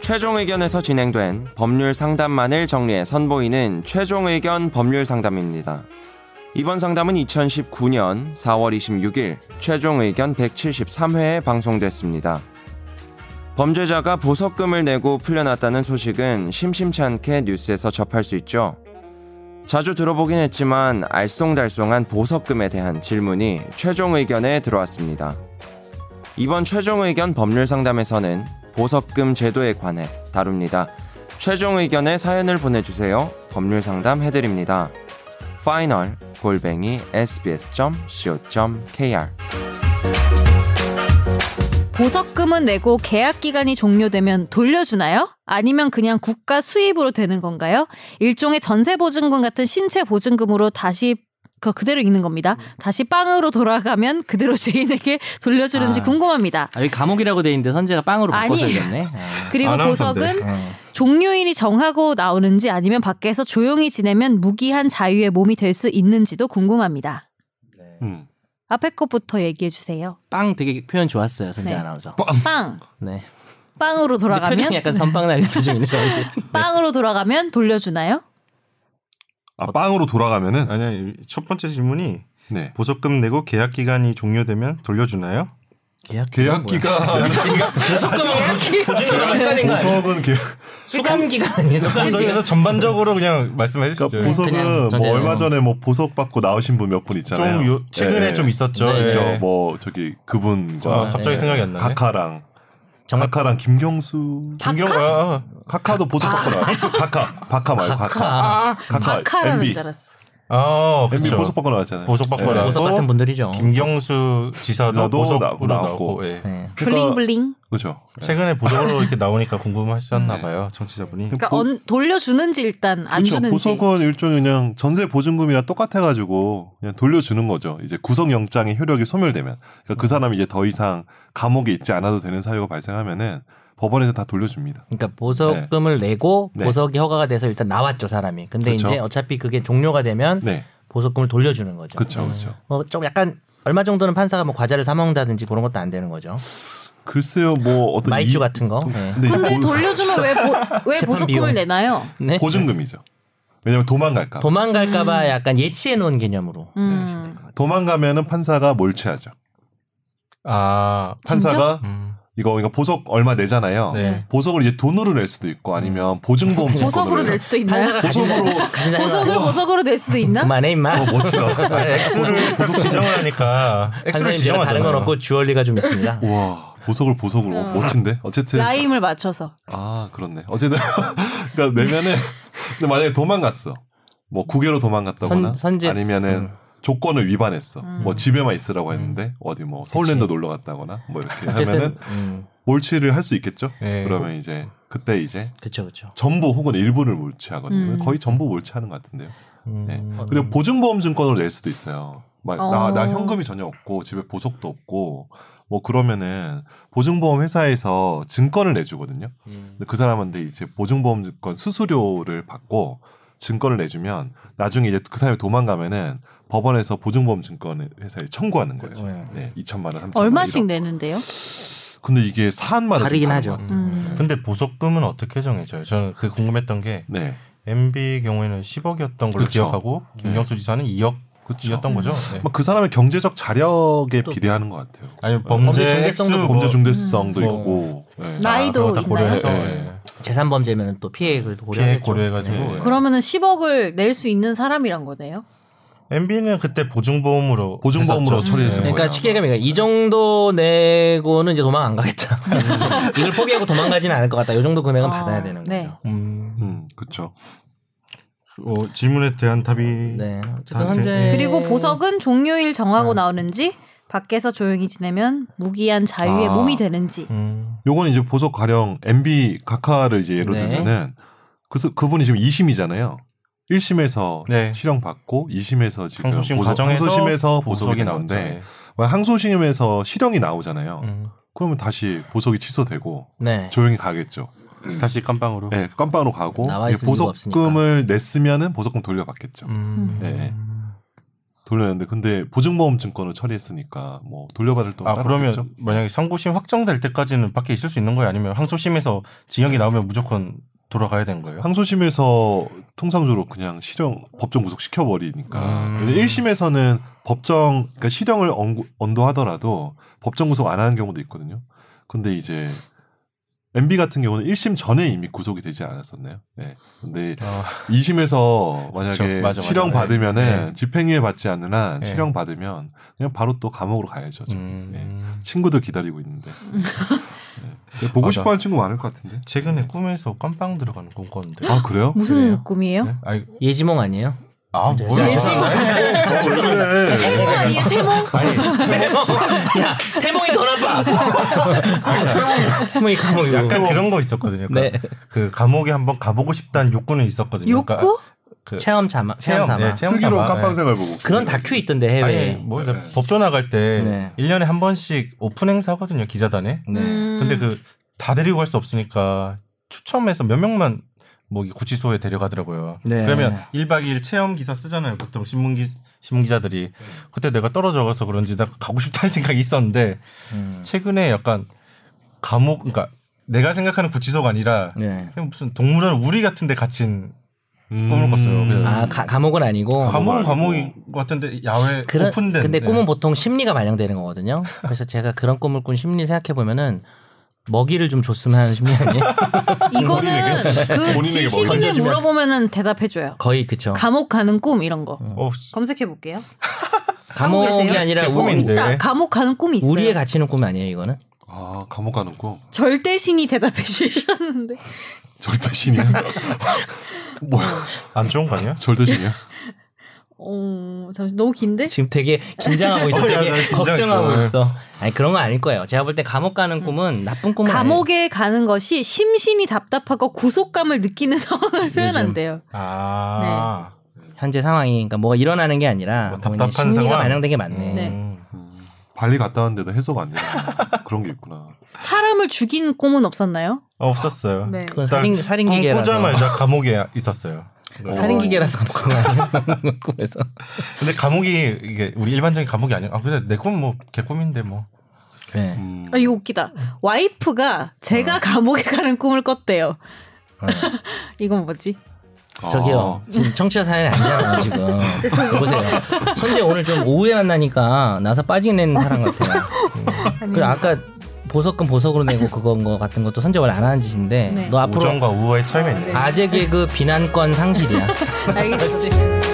최종 의견에서 진행된 법률 상담만을 정리해 선보이는 최종 의견 법률 상담입니다. 이번 상담은 2019년 4월 26일 최종 의견 173회에 방송됐습니다. 범죄자가 보석금을 내고 풀려났다는 소식은 심심치 않게 뉴스에서 접할 수 있죠. 자주 들어보긴 했지만 알쏭달쏭한 보석금에 대한 질문이 최종 의견에 들어왔습니다. 이번 최종 의견 법률 상담에서는 보석금 제도에 관해 다룹니다. 최종 의견의 사연을 보내주세요. 법률 상담 해드립니다. 파이널 골뱅이 sbs.co.kr 보석금은 내고 계약 기간이 종료되면 돌려주나요? 아니면 그냥 국가 수입으로 되는 건가요? 일종의 전세 보증금 같은 신체 보증금으로 다시 그 그대로 있는 겁니다. 다시 빵으로 돌아가면 그대로 주인에게 돌려주는지 아. 궁금합니다. 아, 여기 감옥이라고 돼 있는데 선재가 빵으로 바꿔 아니. 서렸네 아. 그리고 아나운서인데. 보석은 어. 종료일이 정하고 나오는지 아니면 밖에서 조용히 지내면 무기한 자유의 몸이 될 수 있는지도 궁금합니다. 음. 앞에 것부터 얘기해 주세요. 빵 되게 표현 좋았어요, 선재 네. 아나운서. 뭐? 빵 네. 빵으로 근데 표정이 돌아가면 약간 선빵 날린 표정이네, 저한테. 빵으로 돌아가면 돌려주나요? 아, 빵으로 돌아가면은 아니야 첫 번째 질문이 네. 보석금 내고 계약 기간이 종료되면 돌려주나요? 계약 계약 기간 네. 보석은 네. 계약 수감 기간 아니에요? 수감 보석에서 전반적으로 그냥 말씀해 주시죠. 그러니까 보석은 뭐 전제로. 얼마 전에 뭐 보석 받고 나오신 분 몇 분 있잖아요. 좀 요- 최근에 예, 좀 예. 있었죠. 네, 예. 그렇죠. 뭐 저기 아, 그분과 갑자기 생각이 안 나네. 카카랑 정- 카카랑 김경수 김경아 카카도 보석 받고 나와. 카카 바카 말고 카카. 아, 카카, 바카라는 MB. 줄 알았어. 아, MB 그렇죠. 네, 보석 받고 나왔잖아요. 보석 받고 예. 나와. 보석 같은 분들이죠. 김경수 지사도 나도 보석으로 나고 나왔고, 나왔고. 예. 네. 그러니까- 블링블링. 그렇죠. 최근에 보석으로 이렇게 나오니까 궁금하셨나 네. 봐요, 정치자분이. 그러니까 언- 돌려주는지 일단 안 그렇죠. 주는지. 보석은 일종의 그냥 전세 보증금이랑 똑같아가지고 그냥 돌려주는 거죠. 이제 구속영장의 효력이 소멸되면 그러니까 그 사람이 이제 더 이상 감옥에 있지 않아도 되는 사유가 발생하면은 법원에서 다 돌려줍니다. 그러니까 보석금을 내고 네. 보석이 허가가 돼서 일단 나왔죠, 사람이. 근데 그쵸. 이제 어차피 그게 종료가 되면 네, 보석금을 돌려주는 거죠. 그렇죠, 그렇죠. 뭐좀 약간 얼마 정도는 판사가 뭐 과자를 사 먹는다든지 그런 것도 안 되는 거죠. 글쎄요, 뭐 어떤 마이쮸 이- 같은 거. 네. 근데, 이거 근데 보- 돌려주면 왜, 보, 왜 재판 보석금을 비용. 내나요? 네. 보증금이죠. 왜냐면 도망갈까. 봐. 도망갈까봐 약간 예치해 놓은 개념으로. 음. 도망가면은 판사가 몰취하죠. 아, 판사가 음. 이거 그러니까 보석 얼마 내잖아요. 네. 보석을 이제 돈으로 낼 수도 있고 아니면 보증보험 음. 보석으로 증권으로 낼 수도 있나요? 판사가 가진다. 보석으로- 가진다. 보석을 어. 보석으로 낼 수도 있나? 그만해 임마. X를 딱 지정을 하니까 판사님 제가 X를 다른 건 네, 지정하잖아요. 없고 주얼리가 좀 있습니다. 와 보석을 보석으로 멋진데 어쨌든 음. 라임을 맞춰서. 아 그렇네 어쨌든 그러니까 내면은 근데 만약에 도망갔어 뭐 국외로 도망갔다거나 선- 선제- 아니면은 음. 조건을 위반했어 뭐 집에만 있으라고 했는데 어디 뭐 서울랜드 놀러 갔다거나 뭐 이렇게 어쨌든 하면은 음, 몰취를 할 수 있겠죠 예. 그러면 이제 그때 이제 그쵸 그쵸. 전부 혹은 일부를 몰취하거든요 음. 거의 전부 몰취하는 것 같은데요 음, 네. 그리고 보증보험 증권으로 낼 수도 있어요. 막 나 어. 나 현금이 전혀 없고 집에 보석도 없고 뭐 그러면은 보증보험 회사에서 증권을 내주거든요. 음. 근데 그 사람한테 이제 보증보험 증권 수수료를 받고 증권을 내주면 나중에 이제 그 사람이 도망가면은 법원에서 보증보험 증권 회사에 청구하는 거예요. 네. 네, 2천만 원, 3천만 원. 얼마씩 이런. 내는데요? 근데 이게 사안마다 좀 다르긴 다른 하죠. 것 같아요. 음. 근데 보석금은 어떻게 정해져요? 저는 그 궁금했던 게 네, MB 경우에는 10억이었던 걸로 그렇죠. 기억하고 김경수 지사는 2억이었던 거죠. 네. 막 그 사람의 경제적 자력에 비례하는 것 같아요. 아니 범죄 범죄 중대성도 액수, 그 범죄 중대성도 뭐- 있고 네. 나- 나이도 그런 거다 있나요? 고려해서 네. 예. 재산 범죄면 또 피해액을 그 피해 고려하겠죠. 고려해가지고 네. 예. 그러면은 10억을 낼 수 있는 사람이란 거네요. MB는 그때 보증보험으로 보증보험으로 했었죠. 처리해준 예. 거예요. 그러니까 쉽게 얘기하면 이 정도 내고는 이제 도망 안 가겠다. 이걸 포기하고 도망가지는 않을 것 같다. 이 정도 금액은 아, 받아야 되는 네. 거죠. 음, 음, 그쵸. 어, 질문에 대한 답이 네. 어쨌든 다들- 현재 네. 아. 그리고 보석은 종료일 정하고 나오는지 밖에서 조용히 지내면 무기한 자유의 아. 몸이 되는지. 음, 요건 이제 보석 가령 MB 카카를 이제 예로 네. 들면은 그 그분이 지금 2심이잖아요. 1심에서 네. 실형 받고 2심에서 지금 항소심 보석- 과정에서 항소심에서 보석이 네. 보석이 나온데 나오는데 만약 항소심에서 실형이 나오잖아요. 음, 그러면 다시 보석이 취소되고 네. 조용히 가겠죠. 다시 깜빵으로. 네, 깜빵으로 가고 나와 이제 있을 이유가 네. 보석금을 냈으면은 보석금 돌려받겠죠. 음, 네. 돌려냈는데 근데 보증보험 증권을 처리했으니까 뭐 돌려받을 돈 아 따로 그렇죠. 그러면 없겠죠? 만약에 상고심 확정될 때까지는 밖에 있을 수 있는 거예요? 아니면 항소심에서 징역이 나오면 무조건 돌아가야 되는 거예요? 항소심에서 통상적으로 그냥 실형 법정 구속 시켜버리니까 음. 일 1심에서는 법정 그러니까 실형을 언구- 언도하더라도 법정 구속 안 하는 경우도 있거든요. 근데 이제 MB 같은 경우는 1심 전에 이미 구속이 되지 않았었나요? 네. 근데 아, 2심에서 그쵸. 만약에 맞아, 맞아. 실형 받으면은 네. 집행유예 받지 않는 한 네. 실형 받으면 그냥 바로 또 감옥으로 가야죠. 저기. 음. 네. 친구도 기다리고 있는데 네. 보고 맞아. 싶어하는 친구 많을 것 같은데. 최근에 꿈에서 깜빵 들어가는 꿈 꿨는데. 아 그래요? 무슨 그래요? 꿈이에요? 네? 아니, 예지몽 아니에요? 아 뭐야? 예지몽. 어, 태몽 아니에요? 태몽? 태몽. 야, 태몽이 더 나빠. 태몽이 감옥이고. 약간 그런 거 있었거든요. 네. 그러니까 그 감옥에 한번 가보고 싶다는 욕구는 있었거든요. 그러니까 욕구? 그 체험 자마. 체험 자마. 네, 체험 삼아. 슬기로운 네. 깜빵생활 보고 그런 다큐 있던데 해외에. 아니 뭐 일단 법조 나갈 때 네. 일년에한 번씩 오픈 행사 하거든요 기자단에. 네. 음. 근데 그 다 데리고 갈 수 없으니까 추첨해서 몇 명만 뭐 이 구치소에 데려가더라고요. 네. 그러면 1박 2일 체험 기사 쓰잖아요. 보통 신문 기 신문 기자들이 그때 내가 떨어져 가서 그런지 나 가고 싶다는 생각이 있었는데 음. 최근에 약간 감옥 그러니까 내가 생각하는 구치소가 아니라 네. 그냥 무슨 동물원 우리 같은 데 갇힌 음. 꿈을 꿨어요. 그냥. 아 가- 감옥은 아니고. 감옥은 아니고. 감옥인 것 같은데 야외 그런, 오픈된 근데 네. 꿈은 뭐 보통 심리가 반영되는 거거든요. 그래서 제가 그런 꿈을 꾼 심리 생각해 보면은 먹이를 좀 줬으면 하는 심리 아니에요? 이거는 그 지식인에 던져주면- 물어보면은 대답해줘요. 거의 그쵸. 감옥 가는 꿈 이런 거 어, 검색해 볼게요. 감옥 감옥이 계세요? 아니라 그게 우, 꿈인데. 있다. 감옥 가는 꿈이 있어요. 우리의 갇히는 꿈 아니에요 이거는? 아 감옥 가는 꿈 절대 신이 대답해 주셨는데 절대 신이야 뭐야 안 좋은 거 아니야? 네. 절대 신이야 어, 잠시 너무 긴데? 지금 되게 긴장하고 있어. 네? 어, 야, 되게 나 긴장했어. 걱정하고 네. 있어. 아니 그런 건 아닐 거예요. 제가 볼 때 감옥 가는 꿈은 나쁜 꿈은 음. 아니에요. 감옥에 가는 것이 심신이 답답하고 구속감을 느끼는 상황을 표현한대요. 아 현재 상황이 그러니까 뭐가 일어나는 게 아니라 뭐 답답한 답답한 심리가 상황? 반영된 게 맞네. 네. 음. 음, 발리 갔다 왔는데도 해소가 안 되나 그런 게 있구나 사람을 죽인 꿈은 없었나요? 아, 없었어요. 네. 그건 살인 살인 그러니까 기계라서. 꿈 꾸자마자 감옥에 있었어요. 살인 기계라서 감옥 가는 아니에요? 꿈에서. 근데 감옥이 이게 우리 일반적인 감옥이 아니야. 아 근데 내 꿈 뭐 개꿈인데 뭐. 네. 음. 아, 이거 웃기다. 와이프가 제가 감옥에 가는 꿈을 꿨대요. 이건 뭐지? 저기요. 지금 청취자 사연이 아니잖아요, 지금. 보세요. 선재 오늘 좀 오후에 만나니까 나사 빠지는 사람 같아요. 그리고 아까 보석금 보석으로 내고 그건 거 같은 것도 선재 원래 안 하는 짓인데 네. 너 앞으로 우정과 우호의 차이가 있네. 아재 개그 비난권 상실이야. 알겠습니다.